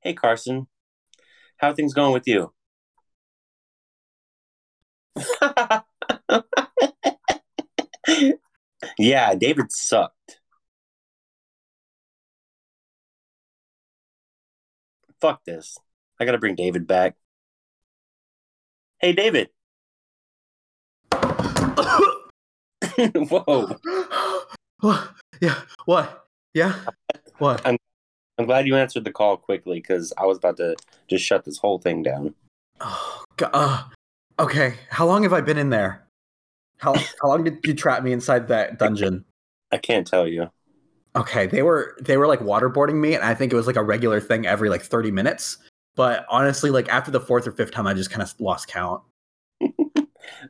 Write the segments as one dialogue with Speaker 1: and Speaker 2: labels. Speaker 1: Hey, Carson, how are things going with you? yeah, David sucked. Fuck this. I gotta bring David back. Hey, David. Whoa.
Speaker 2: What? Yeah. What? Yeah. What?
Speaker 1: I'm glad you answered the call quickly because I was about to just shut this whole thing down.
Speaker 2: Oh, God. Uh, okay. How long have I been in there? How how long did you trap me inside that dungeon?
Speaker 1: I can't tell you.
Speaker 2: Okay, they were they were like waterboarding me, and I think it was like a regular thing every like thirty minutes. But honestly, like after the fourth or fifth time, I just kind of lost count.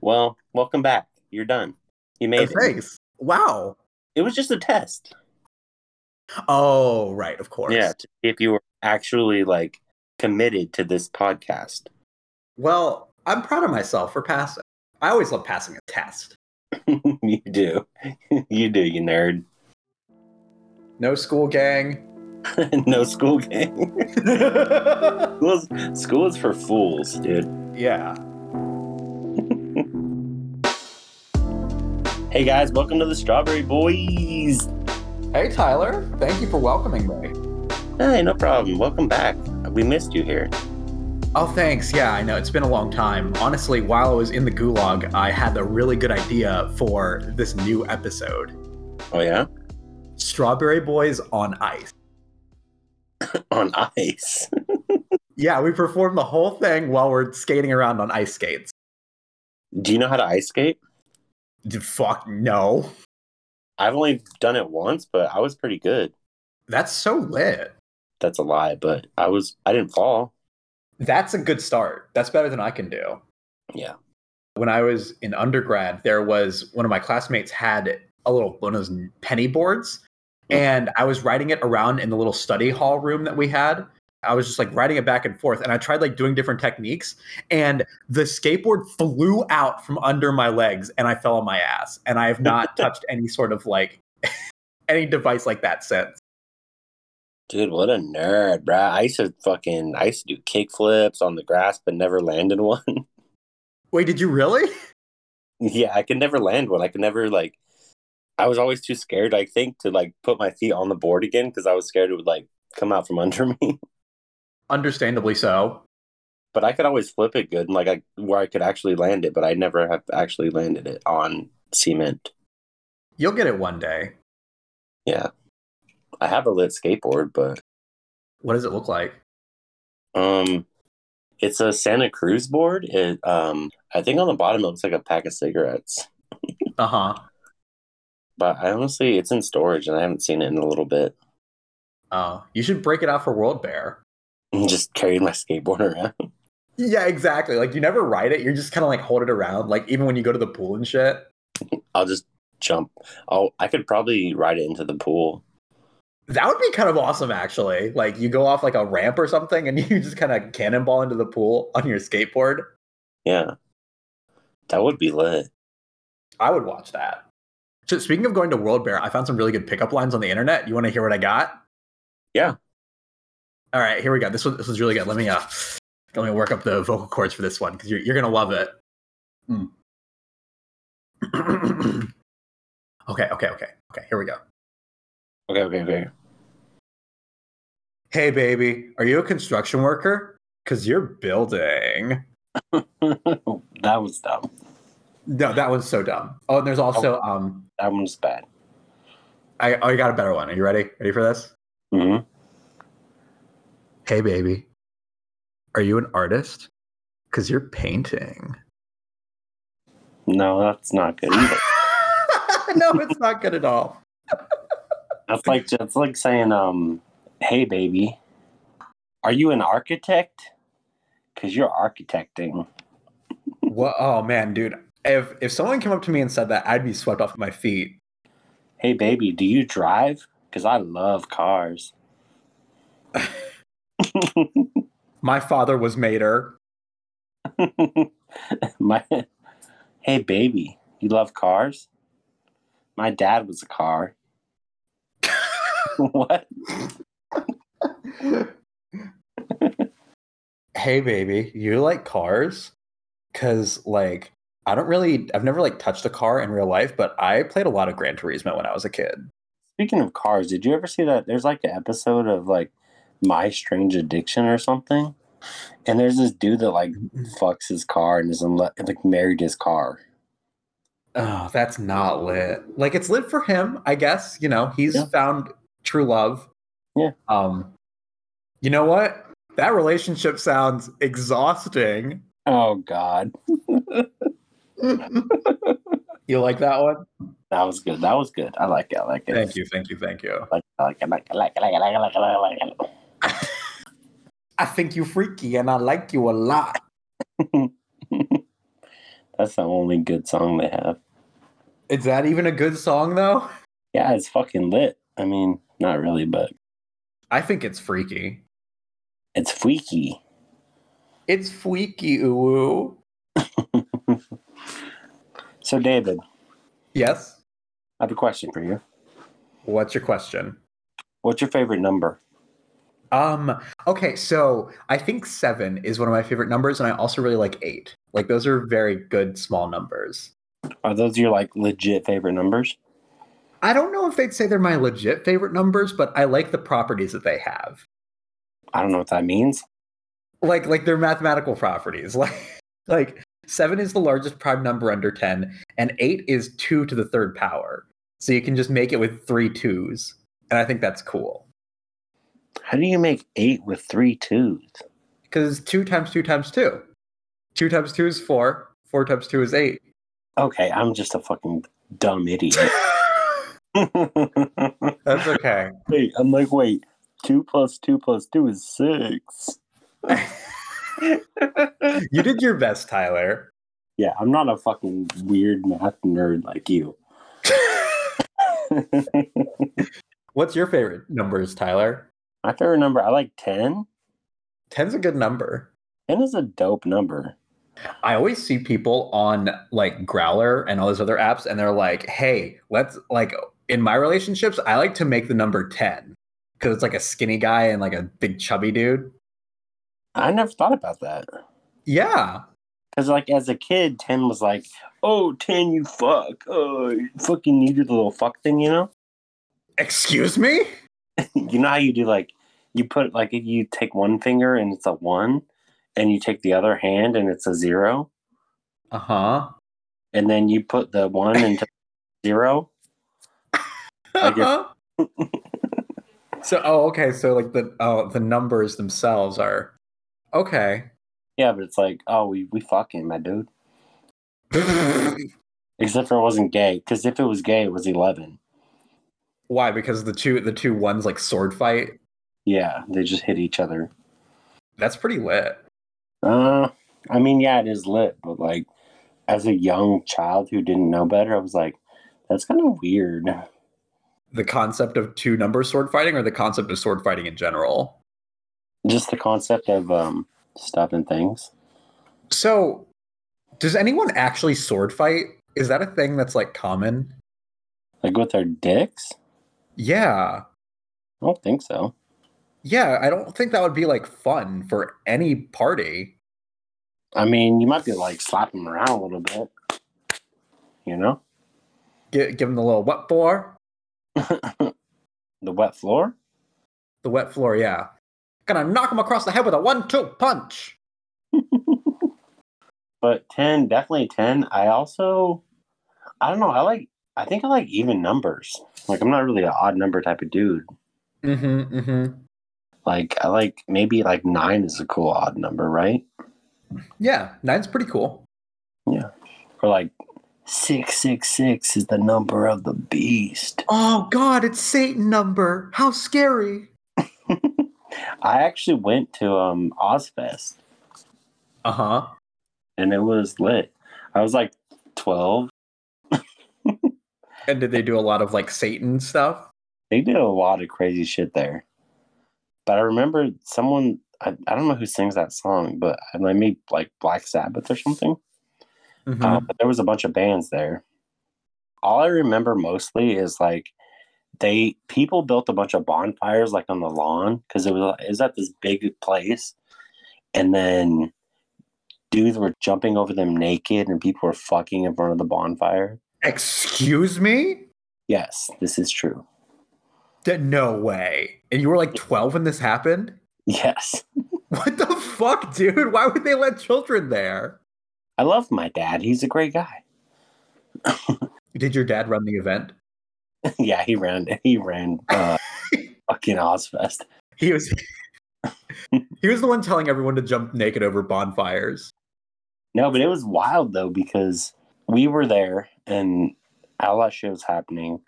Speaker 1: Well, welcome back. You're done. You made
Speaker 2: Oh,
Speaker 1: it.
Speaker 2: thanks. Wow.
Speaker 1: It was just a test.
Speaker 2: Oh, right. Of course.
Speaker 1: Yeah, to see if you were actually like committed to this podcast.
Speaker 2: Well, I'm proud of myself for passing. I always love passing a test.
Speaker 1: you do. you do, you nerd.
Speaker 2: No school gang.
Speaker 1: no school game.
Speaker 2: yeah.
Speaker 1: School is, school is for fools, dude. Hey guys, welcome to the Strawberry Boys.
Speaker 2: Hey, Tyler. Thank you for welcoming me.
Speaker 1: Hey, no problem. Welcome back. We missed you here.
Speaker 2: Oh, thanks. Yeah, I know. It's been a long time. Honestly, while I was in the gulag, I had a really good idea for this new episode
Speaker 1: Oh yeah,
Speaker 2: Strawberry Boys on Ice.
Speaker 1: on ice.
Speaker 2: Yeah, we perform the whole thing while we're skating around on ice skates.
Speaker 1: Do you know how to ice skate?
Speaker 2: D- Fuck, no.
Speaker 1: I've only done it once, but I was pretty good.
Speaker 2: That's so lit.
Speaker 1: That's a lie, but I was I didn't fall.
Speaker 2: That's a good start. That's better than I can do.
Speaker 1: Yeah.
Speaker 2: When I was in undergrad, there was one of my classmates had a little one of those penny boards, and I was riding it around in the little study hall room that we had. I was just like riding it back and forth, and I tried like doing different techniques, and the skateboard flew out from under my legs, and I fell on my ass. And I have not touched any sort of like any device like that since.
Speaker 1: Dude, what a nerd, bruh. I used to fucking I used to do kick flips on the grass but never landed one.
Speaker 2: Wait, did you really?
Speaker 1: yeah, I could never land one. I could never like I was always too scared, I think, to like put my feet on the board again because I was scared it would like come out from under me.
Speaker 2: Understandably so.
Speaker 1: but I could always flip it good and like I where I could actually land it, but I never have actually landed it on cement.
Speaker 2: You'll get it one day.
Speaker 1: I have a lit skateboard, but
Speaker 2: What does it look like?
Speaker 1: Um, it's a Santa Cruz board. It um, I think on the bottom it looks like a pack of cigarettes,
Speaker 2: Uh huh.
Speaker 1: but I honestly it's in storage and I haven't seen it in a little bit.
Speaker 2: Oh, you should break it out for World Bear.
Speaker 1: Just carried my skateboard around.
Speaker 2: Yeah, exactly. Like you never ride it. You're just kind of like hold it around. Like even when you go to the pool and shit.
Speaker 1: I'll just jump. Oh, I could probably ride it into the pool.
Speaker 2: That would be kind of awesome, actually. Like you go off like a ramp or something, and you just kind of cannonball into the pool on your skateboard.
Speaker 1: Yeah, that would be lit.
Speaker 2: I would watch that. So speaking of going to World Bear, I found some really good pickup lines on the internet. You want to hear what I got?
Speaker 1: Yeah.
Speaker 2: All right, here we go. This one, this was really good. Let me uh, let me work up the vocal cords for this one because you're you're gonna love it. Hmm. Mm. okay, okay, okay, okay. Here we go.
Speaker 1: Okay, okay, okay.
Speaker 2: Hey, baby, are you a construction worker? Cause you're building.
Speaker 1: that was dumb.
Speaker 2: No, that one's so dumb. Oh, and there's also um,
Speaker 1: That one's bad.
Speaker 2: I oh, I got a better one. Are you ready? Ready for this?
Speaker 1: hmm
Speaker 2: Hey, baby, are you an artist? Because you're painting.
Speaker 1: No, that's not good either.
Speaker 2: no, it's not good at all.
Speaker 1: That's like that's like saying, um, "Hey, baby, are you an architect? Because you're architecting."
Speaker 2: Wha Oh, man, dude. If, if someone came up to me and said that, I'd be swept off my feet.
Speaker 1: Hey, baby, do you drive? Because I love cars.
Speaker 2: My father was mater.
Speaker 1: My, hey, baby, you love cars? My dad was a car. what?
Speaker 2: hey baby, you like cars? Cause like I don't really I've never like touched a car in real life, but I played a lot of Gran Turismo when I was a kid.
Speaker 1: Speaking of cars, did you ever see that? There's like an episode of like My Strange Addiction or something, and there's this dude that like fucks his car and is in lo- and, like married his car.
Speaker 2: Oh, that's not lit. Like it's lit for him, I guess. You know, he's
Speaker 1: Yeah.
Speaker 2: found true love.
Speaker 1: Yeah.
Speaker 2: Um you know what? That relationship sounds exhausting.
Speaker 1: Oh God,
Speaker 2: you like that one?
Speaker 1: that was good. That was good. I like it. I like it.
Speaker 2: Thank you, thank you, thank you.
Speaker 1: Like, I like, it, I like, it, I like, it, I like, it, I like, it, I like, it, I like, it.
Speaker 2: I think you freaky and I like you a lot.
Speaker 1: That's the only good song they have.
Speaker 2: Is that even a good song though?
Speaker 1: Yeah, it's fucking lit. I mean, not really, but
Speaker 2: I think it's freaky.
Speaker 1: it's freaky.
Speaker 2: It's freaky ooh.
Speaker 1: So, David,
Speaker 2: Yes.
Speaker 1: I have a question for you.
Speaker 2: What's your question?
Speaker 1: What's your favorite number?
Speaker 2: Um, okay, so I think seven is one of my favorite numbers, and I also really like eight. Like those are very good small numbers.
Speaker 1: Are those your like legit favorite numbers?
Speaker 2: I don't know if they'd say they're my legit favorite numbers, but I like the properties that they have.
Speaker 1: I don't know what that means.
Speaker 2: Like like their mathematical properties. Like like seven is the largest prime number under ten, and eight is two to the third power. So you can just make it with three twos. And I think that's cool.
Speaker 1: How do you make eight with three twos?
Speaker 2: Because two times two times two. Two times two is four. Four times two is eight.
Speaker 1: Okay, I'm just a fucking dumb idiot.
Speaker 2: That's okay.
Speaker 1: wait, I'm like, wait, two plus two plus two is six.
Speaker 2: you did your best, Tyler.
Speaker 1: Yeah, I'm not a fucking weird math nerd like you.
Speaker 2: What's your favorite numbers, Tyler?
Speaker 1: My favorite number, I like 10.
Speaker 2: Ten's a good number.
Speaker 1: 10 is a dope number.
Speaker 2: I always see people on like Growler and all those other apps, and they're like, hey, let's like in my relationships, I like to make the number 10 because it's like a skinny guy and like a big chubby dude.
Speaker 1: I never thought about that.
Speaker 2: Yeah.
Speaker 1: Because, like, as a kid, 10 was like, oh, 10, you fuck. Oh, you fucking you do the little fuck thing, you know?
Speaker 2: Excuse me?
Speaker 1: you know how you do, like, you put, like, if you take one finger and it's a one, and you take the other hand and it's a zero,
Speaker 2: Uh huh.
Speaker 1: and then you put the one into zero. I guess-
Speaker 2: Uh-huh. so, oh, okay. So, like the oh, the numbers themselves are okay.
Speaker 1: Yeah, but it's like, oh, we, we fucking, my dude. Except for it wasn't gay. Because if it was gay, it was 11.
Speaker 2: Why? Because the two the two ones like sword fight.
Speaker 1: Yeah, they just hit each other.
Speaker 2: That's pretty lit.
Speaker 1: Uh, I mean, yeah, it is lit, but like as a young child who didn't know better, I was like, that's kind of weird.
Speaker 2: The concept of two number sword fighting, or the concept of sword fighting in general.
Speaker 1: Just the concept of um stuff and things.
Speaker 2: So, does anyone actually sword fight? Is that a thing that's like common?
Speaker 1: Like with their dicks?
Speaker 2: Yeah,
Speaker 1: I don't think so.
Speaker 2: yeah. I don't think that would be like fun for any party.
Speaker 1: I mean, you might be like slapping them around a little bit. You know?
Speaker 2: Give, give them the little wet floor,
Speaker 1: The wet floor?
Speaker 2: the wet floor. Yeah, gonna knock them across the head with a one-two punch.
Speaker 1: But 10, definitely 10. I also, I don't know. I like, I think I like even numbers. Like, I'm not really an odd number type of dude.
Speaker 2: Mm-hmm. Mm-hmm.
Speaker 1: Like, I like maybe like nine is a cool odd number, right?
Speaker 2: Yeah, nine's pretty cool.
Speaker 1: Or like 666 is the number of the beast.
Speaker 2: Oh God, it's Satan number. How scary.
Speaker 1: I actually went to um Ozfest
Speaker 2: Uh huh.
Speaker 1: and it was lit. I was like 12.
Speaker 2: And did they do a lot of like Satan stuff?
Speaker 1: They did a lot of crazy shit there. But I remember someone, I, I don't know who sings that song, but I maybe like Black Sabbath or something. Uh, but there was a bunch of bands there. All I remember mostly is like they people built a bunch of bonfires like on the lawn because it was it was at this big place, and then dudes were jumping over them naked and people were fucking in front of the bonfire.
Speaker 2: Excuse me?
Speaker 1: Yes, this is true.
Speaker 2: D- No way. And you were like 12 when this happened?
Speaker 1: Yes.
Speaker 2: What the fuck, dude? Why would they let children there?
Speaker 1: I love my dad. He's a great guy.
Speaker 2: Did your dad run the event?
Speaker 1: yeah, he ran he ran uh, fucking Ozfest.
Speaker 2: He was He was the one telling everyone to jump naked over bonfires.
Speaker 1: No, but it was wild though because we were there and all that shit was happening,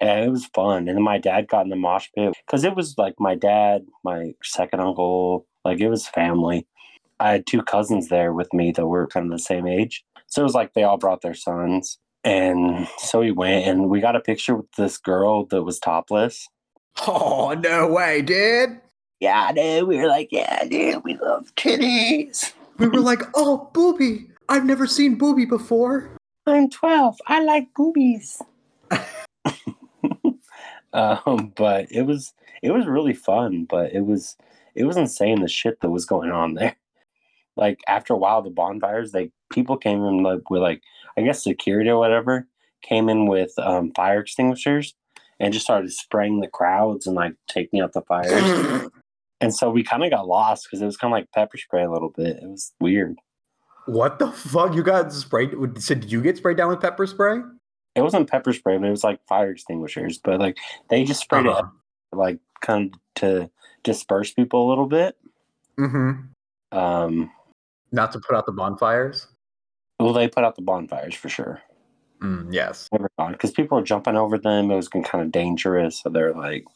Speaker 1: and it was fun. And then my dad got in the mosh pit because it was like my dad, my second uncle, like it was family. I had two cousins there with me that were kind of the same age, so it was like they all brought their sons, and so we went and we got a picture with this girl that was topless.
Speaker 2: Oh, no way, dude.
Speaker 1: Yeah, dude. We were like, yeah, dude, we love titties.
Speaker 2: We were like, oh, booby. I've never seen booby before.
Speaker 1: I'm 12. I like boobies. um, but it was it was really fun, but it was it was insane the shit that was going on there. Like after a while the bonfires, like people came in like with like I guess security or whatever came in with um, fire extinguishers and just started spraying the crowds and like taking out the fires. and so we kind of got lost because it was kind of like pepper spray a little bit. It was weird.
Speaker 2: what the fuck? You got sprayed? So did you get sprayed down with pepper spray?
Speaker 1: It wasn't pepper spray, but it was like fire extinguishers. But like they just sprayed
Speaker 2: Uh-huh.
Speaker 1: it like kind of to disperse people a little bit.
Speaker 2: Mm-hmm.
Speaker 1: Um,
Speaker 2: Not to put out the bonfires.
Speaker 1: well, they put out the bonfires for sure.
Speaker 2: Mm, yes.
Speaker 1: Never gone because people were jumping over them. It was kind of dangerous, so they're like,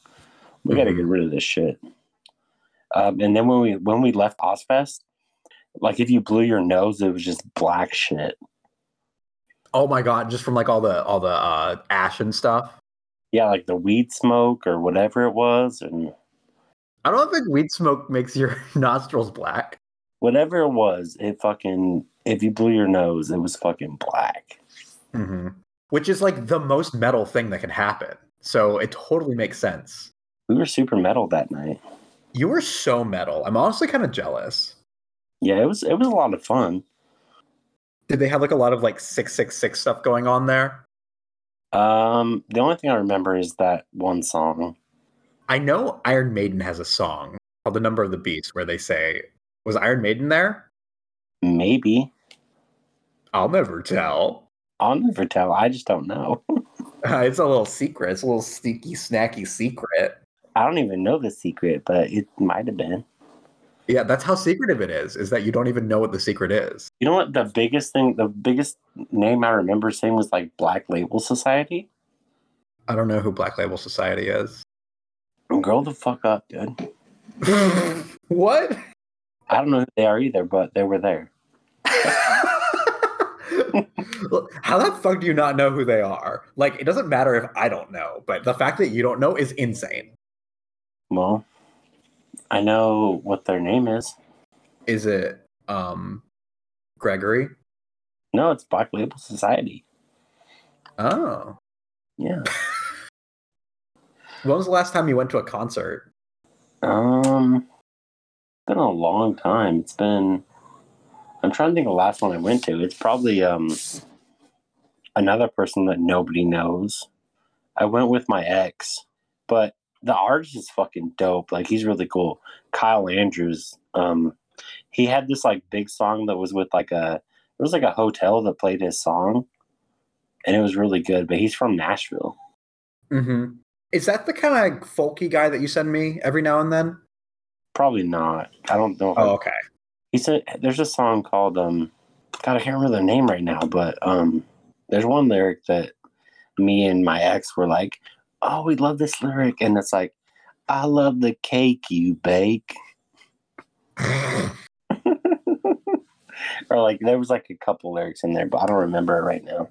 Speaker 1: "We got to get rid of this shit." Um, and then when we when we left Ozfest, like if you blew your nose, it was just black shit.
Speaker 2: Oh my god! Just from like all the all the uh, ash and stuff.
Speaker 1: Yeah, like the weed smoke or whatever it was, and
Speaker 2: I don't think weed smoke makes your nostrils black.
Speaker 1: whatever it was, it fucking if you blew your nose, it was fucking black.
Speaker 2: Mm-hmm. Which is like the most metal thing that can happen. So it totally makes sense.
Speaker 1: We were super metal that night.
Speaker 2: You were so metal. I'm honestly kind of jealous.
Speaker 1: Yeah, it was it was a lot of fun.
Speaker 2: Did they have like a lot of like six six six stuff going on there?
Speaker 1: Um, the only thing I remember is that one song.
Speaker 2: I know Iron Maiden has a song called "The Number of the Beast" where they say, "Was Iron Maiden there?"
Speaker 1: Maybe
Speaker 2: I'll never tell.
Speaker 1: I'll never tell. I just don't know.
Speaker 2: it's a little secret. It's a little sneaky, snacky secret.
Speaker 1: I don't even know the secret, but it might have been.
Speaker 2: Yeah, that's how secretive it is. Is that you don't even know what the secret is.
Speaker 1: You know what? The biggest thing, the biggest name I remember seeing was like Black Label Society.
Speaker 2: I don't know who Black Label Society is.
Speaker 1: Girl, the fuck up, dude.
Speaker 2: what?
Speaker 1: I don't know who they are either, but they were there.
Speaker 2: How the fuck do you not know who they are? Like, it doesn't matter if I don't know, but the fact that you don't know is insane.
Speaker 1: Well, I know what their name is.
Speaker 2: Is it um Gregory?
Speaker 1: No, it's Black Label Society.
Speaker 2: Oh.
Speaker 1: Yeah.
Speaker 2: When was the last time you went to a concert?
Speaker 1: Um, it's been a long time. It's been. I'm trying to think of the last one I went to. It's probably um another person that nobody knows. I went with my ex, but the artist is fucking dope. Like he's really cool. Kyle Andrews. Um, he had this like big song that was with like a it was like a hotel that played his song, and it was really good. But he's from Nashville.
Speaker 2: Mm-hmm. Is that the kind of folky guy that you send me every now and then?
Speaker 1: Probably not. I don't know. If I
Speaker 2: Oh, okay.
Speaker 1: he said there's a song called um god i can't remember the name right now but um there's one lyric that me and my ex were like oh we love this lyric and it's like i love the cake you bake or like there was like a couple lyrics in there but i don't remember it right now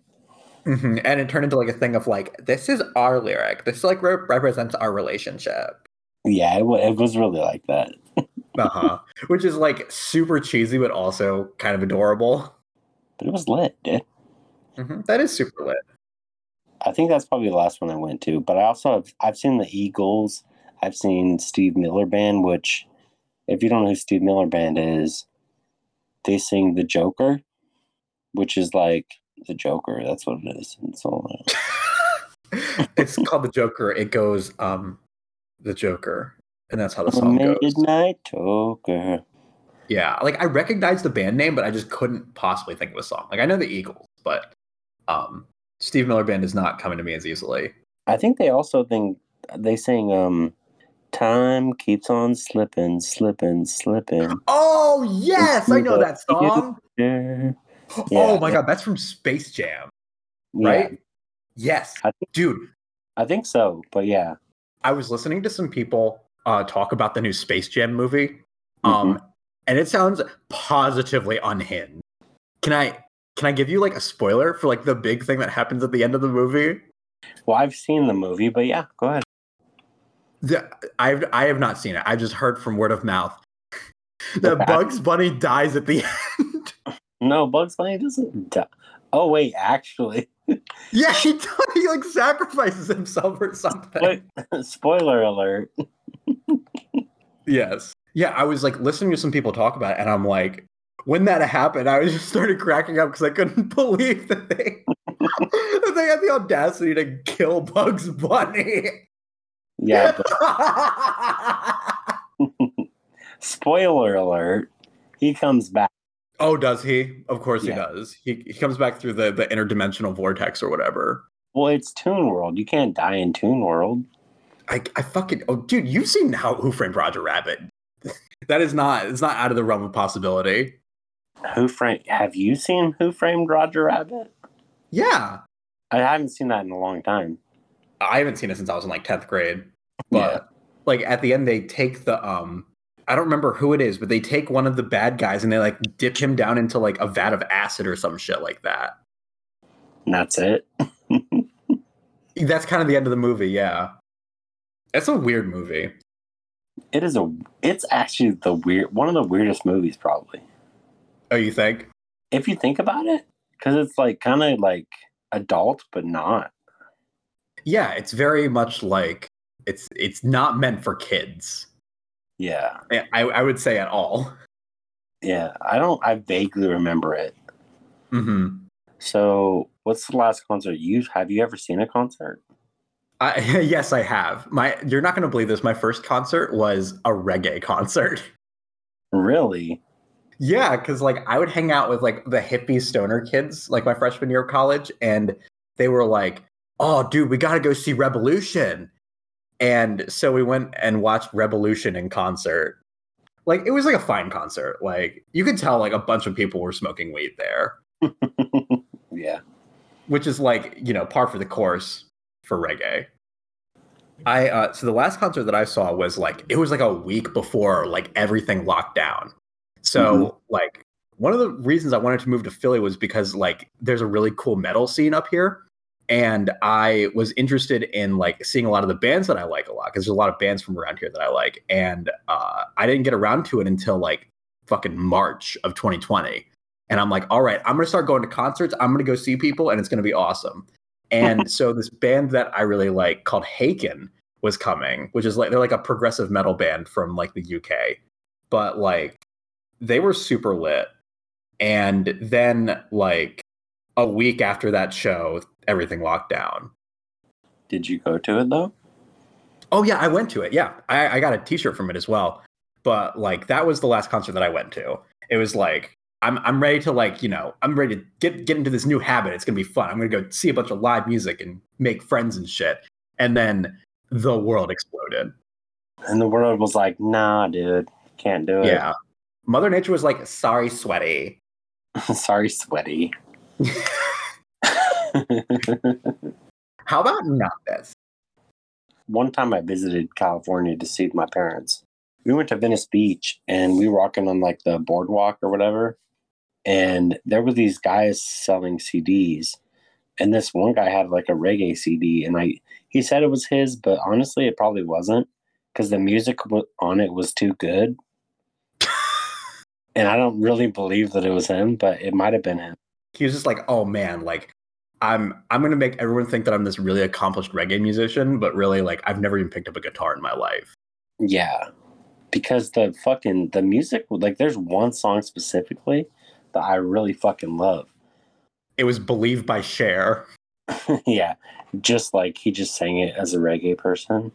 Speaker 2: hmm And it turned into like a thing of like, this is our lyric. This like re- represents our relationship.
Speaker 1: yeah it, wa it was really like that
Speaker 2: Uh huh. Which is like super cheesy, but also kind of adorable.
Speaker 1: but it was lit dude
Speaker 2: Mhm. That is super lit.
Speaker 1: i think that's probably the last one i went to but i also have, i've seen the eagles i've seen steve miller band which if you don't know who Steve Miller Band is, they sing The Joker, which is like The Joker. That's what it is. It's all.
Speaker 2: it's called the Joker. It goes um, the Joker, and that's how the
Speaker 1: A
Speaker 2: song goes.
Speaker 1: midnight Joker.
Speaker 2: Yeah, like I recognized the band name, but I just couldn't possibly think of a song. Like I know the Eagles, but um, Steve Miller Band is not coming to me as easily.
Speaker 1: I think they also think they sing um, "Time keeps on slipping, slipping, slipping."
Speaker 2: Oh yes, I know that song.
Speaker 1: Yeah.
Speaker 2: Oh my god, that's from Space Jam, right? Yes,
Speaker 1: I think-
Speaker 2: dude.
Speaker 1: I think so, but yeah,
Speaker 2: I was listening to some people uh, talk about the new Space Jam movie, um,
Speaker 1: Mm-hmm.
Speaker 2: and it sounds positively unhinged. Can I can I give you like a spoiler for like the big thing that happens at the end of the movie?
Speaker 1: well, I've seen the movie, but yeah, go ahead.
Speaker 2: The, I've I have not seen it. I just heard from word of mouth that
Speaker 1: Okay.
Speaker 2: Bugs Bunny dies at the end.
Speaker 1: No, Bugs Bunny doesn't. Die. Oh wait, actually,
Speaker 2: yeah, he does. He like sacrifices himself or something.
Speaker 1: Wait, spoiler alert.
Speaker 2: Yes. Yeah, I was like listening to some people talk about it, and I'm like, when that happened, I was just started cracking up because I couldn't believe that they that they had the audacity to kill Bugs Bunny.
Speaker 1: Yeah, but spoiler alert. He comes back.
Speaker 2: oh, does he? Of course
Speaker 1: Yeah.
Speaker 2: he does. He he comes back through the the interdimensional vortex or whatever.
Speaker 1: Well, it's Toon World. You can't die in Toon World.
Speaker 2: I I fucking oh dude, you've seen how Who Framed Roger Rabbit. that is not it's not out of the realm of possibility.
Speaker 1: Who framed? Have you seen Who Framed Roger Rabbit?
Speaker 2: Yeah.
Speaker 1: I haven't seen that in a long time.
Speaker 2: I haven't seen it since I was in like 10th grade. But like at the end they take the um I don't remember who it is, but they take one of the bad guys and they like dip him down into like a vat of acid or some shit like that.
Speaker 1: And that's it.
Speaker 2: That's kind of the end of the movie, yeah. That's a weird movie.
Speaker 1: It is a. It's actually the weird one of the weirdest movies probably.
Speaker 2: Oh, you think?
Speaker 1: If you think about it, because it's like kind of like adult, but not.
Speaker 2: Yeah, it's very much like it's it's not meant for kids.
Speaker 1: Yeah,
Speaker 2: I, I would say at all.
Speaker 1: yeah. I don't. I vaguely remember it.
Speaker 2: hmm
Speaker 1: So, what's the last concert you have? You ever seen a concert?
Speaker 2: I, yes, I have. My you're not gonna believe this. My first concert was a reggae concert.
Speaker 1: Really?
Speaker 2: Yeah, because like I would hang out with like the hippie stoner kids, like my freshman year of college, and they were like, "Oh, dude, we gotta go see Revolution," and so we went and watched Revolution in concert. Like it was like a fine concert. Like you could tell like a bunch of people were smoking weed there,
Speaker 1: Yeah.
Speaker 2: which is like you know par for the course for reggae. I uh, so the last concert that I saw was like it was like a week before like everything locked down. So like one of the reasons I wanted to move to Philly was because like there's a really cool metal scene up here, and I was interested in like seeing a lot of the bands that I like a lot because there's a lot of bands from around here that I like, and uh, I didn't get around to it until like fucking March of 2020. And I'm like, all right, I'm gonna start going to concerts. I'm gonna go see people, and it's gonna be awesome. And so this band that I really like called Haken was coming, which is like they're like a progressive metal band from like the UK. But like they were super lit. And then like a week after that show, everything locked down.
Speaker 1: Did you go to it though?
Speaker 2: Oh yeah, I went to it. Yeah. I, I got a t-shirt from it as well. But like that was the last concert that I went to. It was like I'm I'm ready to like, you know, I'm ready to get get into this new habit. It's gonna be fun. I'm gonna go see a bunch of live music and make friends and shit. And then the world exploded.
Speaker 1: And the world was like, "Nah, dude, can't do it."
Speaker 2: Yeah. Mother Nature was like, sorry, sweaty.
Speaker 1: Sorry, sweaty.
Speaker 2: How about not this?
Speaker 1: One time I visited California to see my parents. We went to Venice Beach and we were walking on like the boardwalk or whatever. And there were these guys selling CDs. And this one guy had like a reggae CD. And I, he said it was his, but honestly, it probably wasn't because the music wa- on it was too good. and I don't really believe that it was him, but it might have been him.
Speaker 2: He was just like, oh man, like I'm I'm gonna make everyone think that I'm this really accomplished reggae musician, but really like I've never even picked up a guitar in my life.
Speaker 1: Yeah. because the fucking the music like there's one song specifically that I really fucking love.
Speaker 2: It was Believe by Cher.
Speaker 1: yeah, just like he just sang it as a reggae person.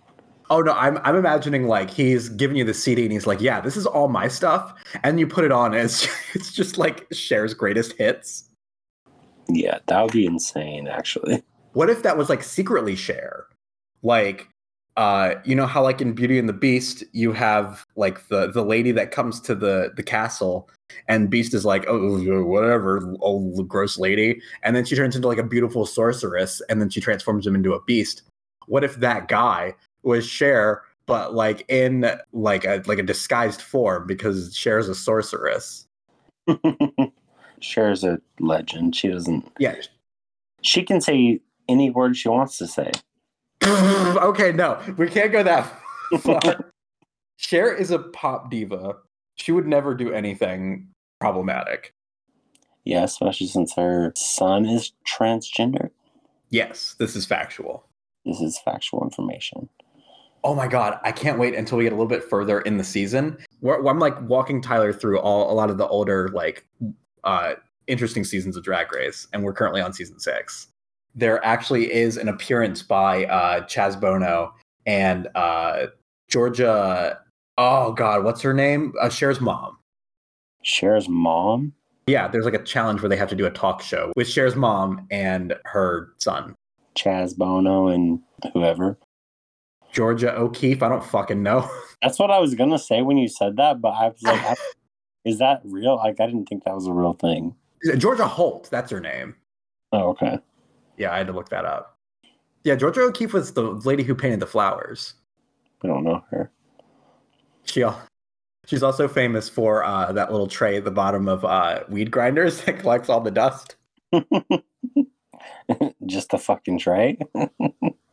Speaker 2: Oh no, I'm I'm imagining like he's giving you the CD and he's like, "Yeah, this is all my stuff," and you put it on, and it's it's just like Cher's greatest hits.
Speaker 1: Yeah, that would be insane, actually.
Speaker 2: What if that was like secretly Cher? Like, uh, you know how like in Beauty and the Beast, you have like the the lady that comes to the the castle, and Beast is like, oh whatever, old gross lady, and then she turns into like a beautiful sorceress, and then she transforms him into a beast. What if that guy was Cher, but like in like a like a disguised form because Cher's a sorceress.
Speaker 1: Cher's a legend. She doesn't.
Speaker 2: Yeah.
Speaker 1: She can say any word she wants to say.
Speaker 2: okay, no, we can't go that far. Cher is a pop diva. She would never do anything problematic.
Speaker 1: Yeah, especially since her son is transgender.
Speaker 2: Yes, this is factual.
Speaker 1: This is factual information.
Speaker 2: Oh my god, I can't wait until we get a little bit further in the season. Where, where I'm like walking Tyler through all a lot of the older like uh, interesting seasons of Drag Race, and we're currently on season six. There actually is an appearance by uh, Chaz Bono and uh, Georgia. Oh God, what's her name? Uh, Cher's mom.
Speaker 1: Cher's mom.
Speaker 2: Yeah, there's like a challenge where they have to do a talk show with Cher's mom and her son,
Speaker 1: Chaz Bono and whoever.
Speaker 2: Georgia O'Keefe. I don't fucking know.
Speaker 1: That's what I was gonna say when you said that, but I was like, I- Is that real? Like, I didn't think that was a real thing.
Speaker 2: Georgia Holt, that's her name.
Speaker 1: Oh, okay.
Speaker 2: Yeah, I had to look that up. Yeah, Georgia O'Keeffe was the lady who painted the flowers.
Speaker 1: We don't know her.
Speaker 2: She she's also famous for uh, that little tray at the bottom of uh, weed grinders that collects all the dust.
Speaker 1: Just the fucking tray.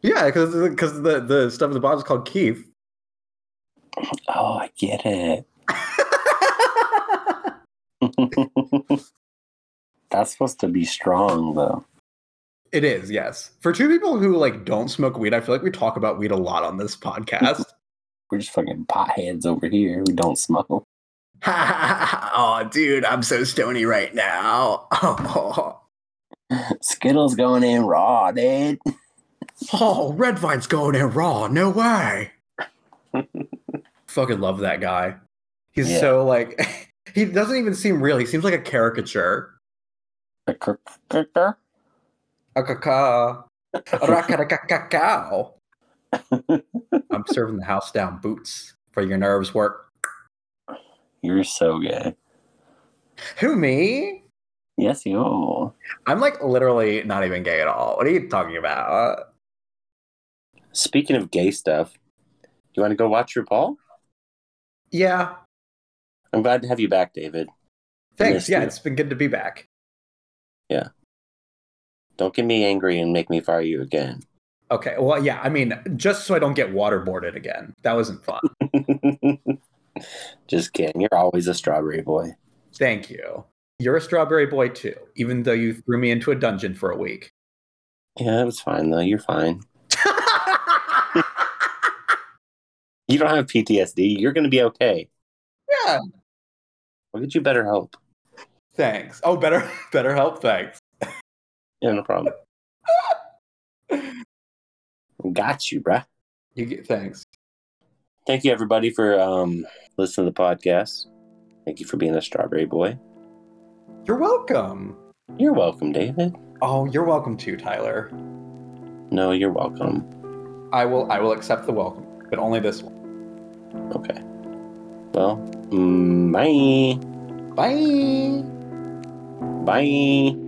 Speaker 2: yeah, because the the stuff at the bottom is called Keith.
Speaker 1: Oh, I get it. That's supposed to be strong though.
Speaker 2: It is, yes. For two people who like don't smoke weed, I feel like we talk about weed a lot on this podcast.
Speaker 1: We're just fucking potheads over here who don't smoke.
Speaker 2: oh, dude, I'm so stony right now. Oh.
Speaker 1: Skittles going in raw, dude.
Speaker 2: oh, red vine's going in raw. No way. Fucking love that guy. He's yeah. so like he doesn't even seem real. He seems like a caricature.
Speaker 1: A caricature.
Speaker 2: A cacao. A cacao. I'm serving the house down boots for your nerves work.
Speaker 1: You're so gay.
Speaker 2: Who me?
Speaker 1: Yes, you.
Speaker 2: I'm like literally not even gay at all. What are you talking about?
Speaker 1: Speaking of gay stuff, you want to go watch RuPaul?
Speaker 2: Yeah,
Speaker 1: I'm glad to have you back, David.
Speaker 2: Thanks. Yeah, you. it's been good to be back.
Speaker 1: Yeah. Don't get me angry and make me fire you again.
Speaker 2: Okay. Well, yeah, I mean, just so I don't get waterboarded again. That wasn't fun.
Speaker 1: just kidding. You're always a strawberry boy.
Speaker 2: Thank you. You're a strawberry boy too, even though you threw me into a dungeon for a week.
Speaker 1: Yeah, it was fine though. You're fine. you don't have PTSD. You're going to be okay.
Speaker 2: Yeah.
Speaker 1: I'll get you better help.
Speaker 2: Thanks. Oh, better better help. Thanks.
Speaker 1: yeah, no problem. Got you, bruh.
Speaker 2: You get thanks.
Speaker 1: Thank you, everybody, for um, listening to the podcast. Thank you for being a strawberry boy.
Speaker 2: You're welcome.
Speaker 1: You're welcome, David.
Speaker 2: Oh, you're welcome too, Tyler.
Speaker 1: No, you're welcome.
Speaker 2: I will. I will accept the welcome, but only this one.
Speaker 1: Okay. Well, bye.
Speaker 2: Bye.
Speaker 1: Bye.